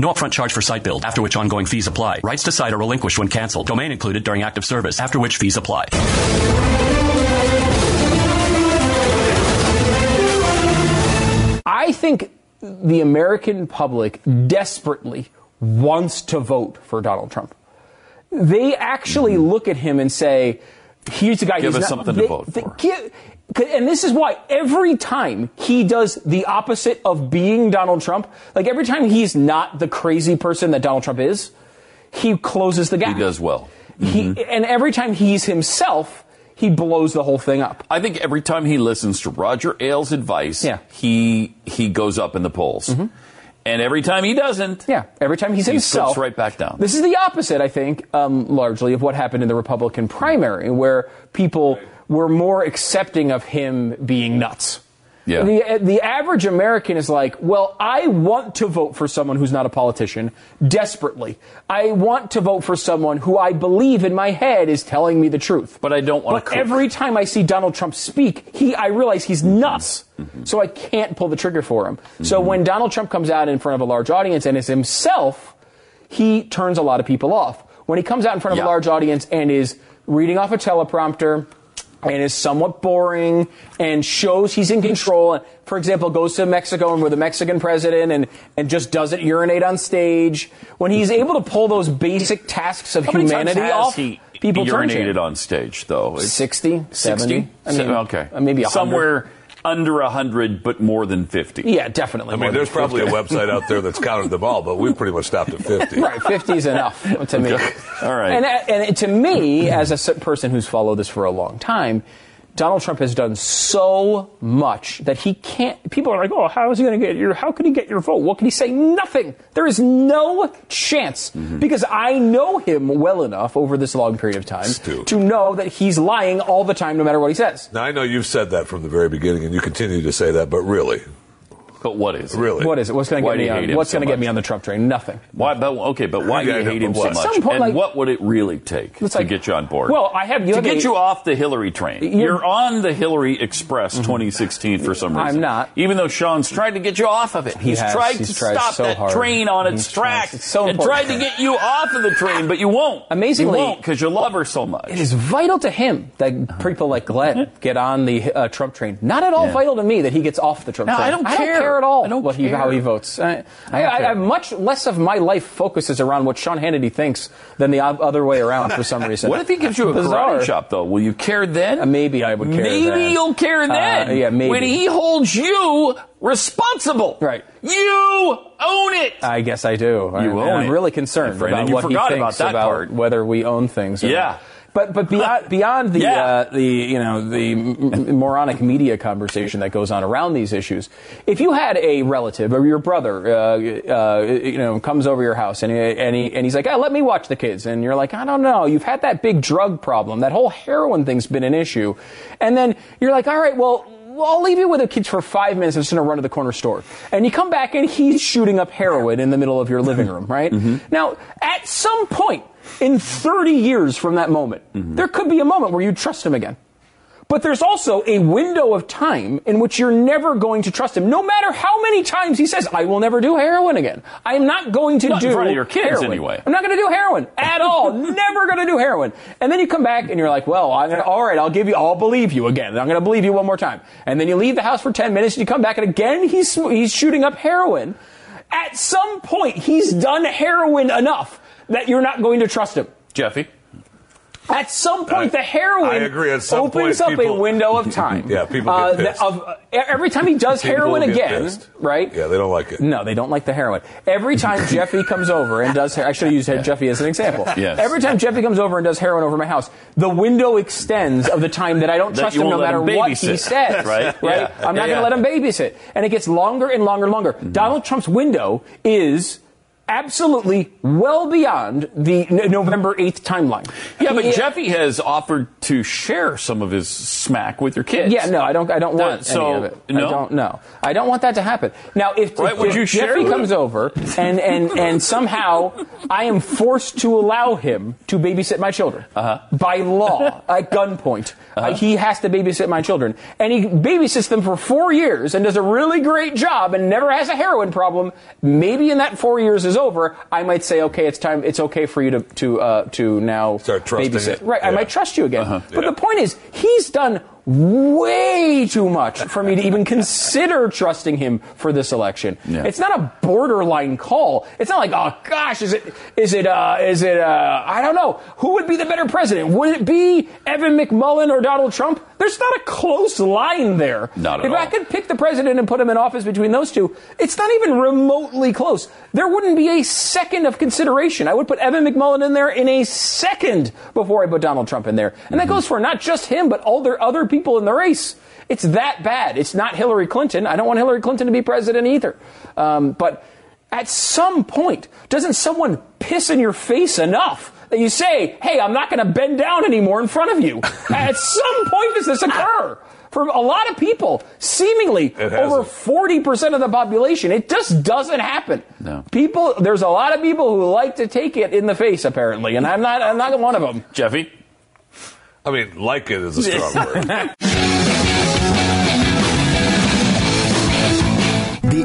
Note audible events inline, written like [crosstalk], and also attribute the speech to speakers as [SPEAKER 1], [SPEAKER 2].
[SPEAKER 1] No upfront charge for site build, after which ongoing fees apply. Rights to site are relinquished when canceled. Domain included during active service, after which fees apply.
[SPEAKER 2] I think the American public desperately wants to vote for Donald Trump. They actually mm-hmm. look at him and say, here's the guy
[SPEAKER 3] give
[SPEAKER 2] who's
[SPEAKER 3] us
[SPEAKER 2] not,
[SPEAKER 3] something
[SPEAKER 2] they,
[SPEAKER 3] to vote
[SPEAKER 2] they,
[SPEAKER 3] for.
[SPEAKER 2] Give, and this is why every time he does the opposite of being Donald Trump, like every time he's not the crazy person that Donald Trump is, he closes the gap.
[SPEAKER 3] He does well.
[SPEAKER 2] Mm-hmm. He, and every time he's himself, he blows the whole thing up.
[SPEAKER 3] I think every time he listens to Roger Ailes' advice,
[SPEAKER 2] yeah.
[SPEAKER 3] he he goes up in the polls. Mm-hmm. And every time he doesn't,
[SPEAKER 2] yeah, every time he's
[SPEAKER 3] he
[SPEAKER 2] himself,
[SPEAKER 3] right back down.
[SPEAKER 2] This is the opposite, I think, um, largely of what happened in the Republican primary, where people were more accepting of him being nuts.
[SPEAKER 3] Yeah.
[SPEAKER 2] The, uh, the average American is like, well, I want to vote for someone who's not a politician desperately. I want to vote for someone who I believe in my head is telling me the truth.
[SPEAKER 3] But I don't want
[SPEAKER 2] to. But every time I see Donald Trump speak, he, I realize he's nuts. Mm-hmm. So I can't pull the trigger for him. Mm-hmm. So when Donald Trump comes out in front of a large audience and is himself, he turns a lot of people off. When he comes out in front of
[SPEAKER 3] yeah.
[SPEAKER 2] a large audience and is reading off a teleprompter, and is somewhat boring and shows he's in control. For example, goes to Mexico and with a Mexican president and, and just doesn't urinate on stage. When he's able to pull those basic tasks of
[SPEAKER 3] How
[SPEAKER 2] humanity off,
[SPEAKER 3] he
[SPEAKER 2] people
[SPEAKER 3] urinated on stage though.
[SPEAKER 2] It's 60, 70,
[SPEAKER 3] 60? I
[SPEAKER 2] mean, uh,
[SPEAKER 3] okay.
[SPEAKER 2] maybe 100.
[SPEAKER 3] somewhere under 100 but more than 50.
[SPEAKER 2] Yeah, definitely.
[SPEAKER 4] I mean, there's probably
[SPEAKER 2] 50.
[SPEAKER 4] a website out there that's counted them all, but we've pretty much stopped at 50.
[SPEAKER 2] [laughs] right, 50
[SPEAKER 3] [laughs]
[SPEAKER 2] is enough to me.
[SPEAKER 3] all right.
[SPEAKER 2] And, uh, and to me, as a person who's followed this for a long time, Donald Trump has done so much that he can't. People are like, "Oh, how is he going to get your? How can he get your vote? What can he say? Nothing. There is no chance mm-hmm. because I know him well enough over this long period of time
[SPEAKER 4] Stu.
[SPEAKER 2] to know that he's lying all the time, no matter what he says."
[SPEAKER 4] Now I know you've said that from the very beginning, and you continue to say that, but really,
[SPEAKER 3] [laughs] but what is it?
[SPEAKER 4] Really?
[SPEAKER 2] What is it? What's going to
[SPEAKER 3] Why
[SPEAKER 2] get me
[SPEAKER 3] do you hate
[SPEAKER 2] on?
[SPEAKER 3] him
[SPEAKER 2] What's
[SPEAKER 3] so
[SPEAKER 2] going to get
[SPEAKER 3] much?
[SPEAKER 2] me on the Trump train? Nothing.
[SPEAKER 3] Why? But okay, but why do
[SPEAKER 4] Yeah,
[SPEAKER 3] you hate him
[SPEAKER 4] but
[SPEAKER 3] so
[SPEAKER 4] what?
[SPEAKER 3] much?
[SPEAKER 2] At some point,
[SPEAKER 3] and
[SPEAKER 2] like-
[SPEAKER 3] what would it really take
[SPEAKER 2] It's
[SPEAKER 3] to
[SPEAKER 2] like-
[SPEAKER 3] get you on board?
[SPEAKER 2] Well, I have- you
[SPEAKER 3] to
[SPEAKER 2] have
[SPEAKER 3] get
[SPEAKER 2] a-
[SPEAKER 3] you off the Hillary train.
[SPEAKER 2] You're- Mm-hmm.
[SPEAKER 3] You're, on the Hillary Express 2016 for some
[SPEAKER 2] I'm
[SPEAKER 3] reason.
[SPEAKER 2] not.
[SPEAKER 3] Even though Sean's tried to get you off of it,
[SPEAKER 2] He
[SPEAKER 3] he's
[SPEAKER 2] has.
[SPEAKER 3] tried
[SPEAKER 2] He's
[SPEAKER 3] to
[SPEAKER 2] tried
[SPEAKER 3] stop
[SPEAKER 2] so
[SPEAKER 3] that
[SPEAKER 2] hard.
[SPEAKER 3] train on its
[SPEAKER 2] He's tried.
[SPEAKER 3] tracks.
[SPEAKER 2] It's so
[SPEAKER 3] and
[SPEAKER 2] important.
[SPEAKER 3] tried to get you off of the train, but you won't.
[SPEAKER 2] Amazingly-
[SPEAKER 3] you won't because you love her so much.
[SPEAKER 2] It is vital to him that people like Glenn get on the uh, Trump train. Not at all
[SPEAKER 3] Uh-huh. Yeah.
[SPEAKER 2] vital to me that he gets off the Trump
[SPEAKER 3] No,
[SPEAKER 2] train.
[SPEAKER 3] I don't care.
[SPEAKER 2] at all
[SPEAKER 3] I don't
[SPEAKER 2] what He,
[SPEAKER 3] care.
[SPEAKER 2] how he votes. I, I,
[SPEAKER 3] don't
[SPEAKER 2] I-
[SPEAKER 3] care.
[SPEAKER 2] I- much less of my life focuses around what Sean Hannity thinks than the o- other way around for some reason.
[SPEAKER 3] What if he gives you a
[SPEAKER 2] Bizarre.
[SPEAKER 3] karate chop, though? Will you care then?
[SPEAKER 2] Uh, maybe I would care
[SPEAKER 3] Maybe
[SPEAKER 2] then.
[SPEAKER 3] you'll care then.
[SPEAKER 2] Uh, yeah, maybe.
[SPEAKER 3] When he holds you responsible.
[SPEAKER 2] Right. Uh,
[SPEAKER 3] You own it.
[SPEAKER 2] I guess I do. I,
[SPEAKER 3] own
[SPEAKER 2] I'm
[SPEAKER 3] it,
[SPEAKER 2] really concerned
[SPEAKER 3] my friend,
[SPEAKER 2] about
[SPEAKER 3] and you
[SPEAKER 2] what he
[SPEAKER 3] forgot
[SPEAKER 2] thinks
[SPEAKER 3] about that part.
[SPEAKER 2] whether we own things. Or
[SPEAKER 3] Yeah.
[SPEAKER 2] not. But but
[SPEAKER 3] [laughs]
[SPEAKER 2] beyond beyond the
[SPEAKER 3] Yeah.
[SPEAKER 2] uh, the you know the m- m- moronic media conversation that goes on around these issues, if you had a relative or your brother, uh, uh, you know, comes over your house and he, and he and he's like, oh, let me watch the kids, and you're like, I don't know, you've had that big drug problem, that whole heroin thing's been an issue, and then you're like, all right, well. Well, I'll leave you with the kids for five minutes. I'm just going to run to the corner store. And you come back and he's shooting up heroin in the middle of your living room, right? Now, at some point in 30 years from that moment, there could be a moment where you trust him again. But there's also a window of time in which you're never going to trust him, no matter how many times he says, I will never do heroin again. I'm not going to
[SPEAKER 3] Not in
[SPEAKER 2] do
[SPEAKER 3] front of your kids,
[SPEAKER 2] heroin.
[SPEAKER 3] anyway.
[SPEAKER 2] I'm not going to do heroin at
[SPEAKER 3] [laughs]
[SPEAKER 2] all. never going to do heroin. And then you come back and you're like, well, I'm going to, all right, I'll give you, I'll believe you again. I'm going to believe you one more time. And then you leave the house for 10 minutes and you come back and again he's, he's shooting up heroin. At some point, he's done heroin enough that you're not going to trust him.
[SPEAKER 3] Jeffy.
[SPEAKER 2] At some point,
[SPEAKER 4] I-
[SPEAKER 2] the heroin
[SPEAKER 4] I agree. At some
[SPEAKER 2] opens
[SPEAKER 4] point,
[SPEAKER 2] up
[SPEAKER 4] people-
[SPEAKER 2] a window of
[SPEAKER 4] [laughs]
[SPEAKER 2] time.
[SPEAKER 4] Yeah, people get
[SPEAKER 2] the-
[SPEAKER 4] pissed.
[SPEAKER 2] of- uh, every time he does
[SPEAKER 4] People
[SPEAKER 2] heroin
[SPEAKER 4] get
[SPEAKER 2] again,
[SPEAKER 4] pissed.
[SPEAKER 2] right?
[SPEAKER 4] Yeah, they don't like it.
[SPEAKER 2] No, they don't like the heroin. Every time
[SPEAKER 4] [laughs]
[SPEAKER 2] Jeffy comes over and does, I should have used Jeffy as an example.
[SPEAKER 3] Yes.
[SPEAKER 2] Every time Jeffy comes over and does heroin over my house, the window extends of the time that I don't
[SPEAKER 3] That
[SPEAKER 2] trust
[SPEAKER 3] you
[SPEAKER 2] him no
[SPEAKER 3] won't let
[SPEAKER 2] matter
[SPEAKER 3] him
[SPEAKER 2] what he
[SPEAKER 4] [laughs]
[SPEAKER 3] babysit.
[SPEAKER 2] says.
[SPEAKER 3] Right? Yeah.
[SPEAKER 2] I'm not
[SPEAKER 3] Yeah,
[SPEAKER 2] going to let
[SPEAKER 3] yeah.
[SPEAKER 2] him babysit. And it gets longer and longer and longer.
[SPEAKER 4] Mm-hmm.
[SPEAKER 2] Donald Trump's window is absolutely well beyond the N- November 8th timeline.
[SPEAKER 3] Yeah, but
[SPEAKER 2] He-
[SPEAKER 3] Jeffy has offered to share some of his smack with your kids.
[SPEAKER 2] Yeah, no, I don't. I don't
[SPEAKER 3] That-
[SPEAKER 2] want
[SPEAKER 3] so,
[SPEAKER 2] any of it.
[SPEAKER 3] no?
[SPEAKER 2] I don't. No, I don't want that to happen. Now, if,
[SPEAKER 3] Right,
[SPEAKER 2] if,
[SPEAKER 3] would you
[SPEAKER 2] if
[SPEAKER 3] share
[SPEAKER 2] Jeffrey
[SPEAKER 3] with
[SPEAKER 2] comes over and and and somehow I am forced to allow him to babysit my children
[SPEAKER 3] Uh-huh.
[SPEAKER 2] by law at gunpoint, uh, he has to babysit my children, and he babysits them for four years and does a really great job and never has a heroin problem. Maybe in that four years is over, I might say, okay, it's time. It's okay for you to to uh, to now
[SPEAKER 4] Start trusting
[SPEAKER 2] babysit.
[SPEAKER 4] it.
[SPEAKER 2] Right, I
[SPEAKER 4] Yeah. Uh-huh.
[SPEAKER 2] might trust you again. But
[SPEAKER 4] Yeah.
[SPEAKER 2] the point is, he's done way too much for me to even consider trusting him for this election.
[SPEAKER 3] Yeah.
[SPEAKER 2] It's not a borderline call. It's not like, oh gosh, is it, is it, uh, is it, uh, I don't know. Who would be the better president? Would it be Evan McMullen or Donald Trump? There's not a close line there.
[SPEAKER 3] Not at
[SPEAKER 2] if I
[SPEAKER 3] all.
[SPEAKER 2] could pick the president and put him in office between those two, it's not even remotely close. There wouldn't be a second of consideration. I would put Evan McMullen in there in a second before I put Donald Trump in there. And
[SPEAKER 3] Mm-hmm.
[SPEAKER 2] that goes for not just him, but all their other people in the race. It's that bad. It's not Hillary Clinton. I don't want Hillary Clinton to be president either. Um, but at some point, doesn't someone piss in your face enough that you say, hey, I'm not going to bend down anymore in front of you? at some point does this occur? For a lot of people, seemingly over
[SPEAKER 4] hasn't.
[SPEAKER 2] 40% of the population, it just doesn't happen.
[SPEAKER 3] No.
[SPEAKER 2] People, there's a lot of people who like to take it in the face, apparently, and I'm not, I'm not one of them.
[SPEAKER 3] Jeffy.
[SPEAKER 4] I mean, like it is a
[SPEAKER 2] [laughs]
[SPEAKER 4] strong word.
[SPEAKER 5] The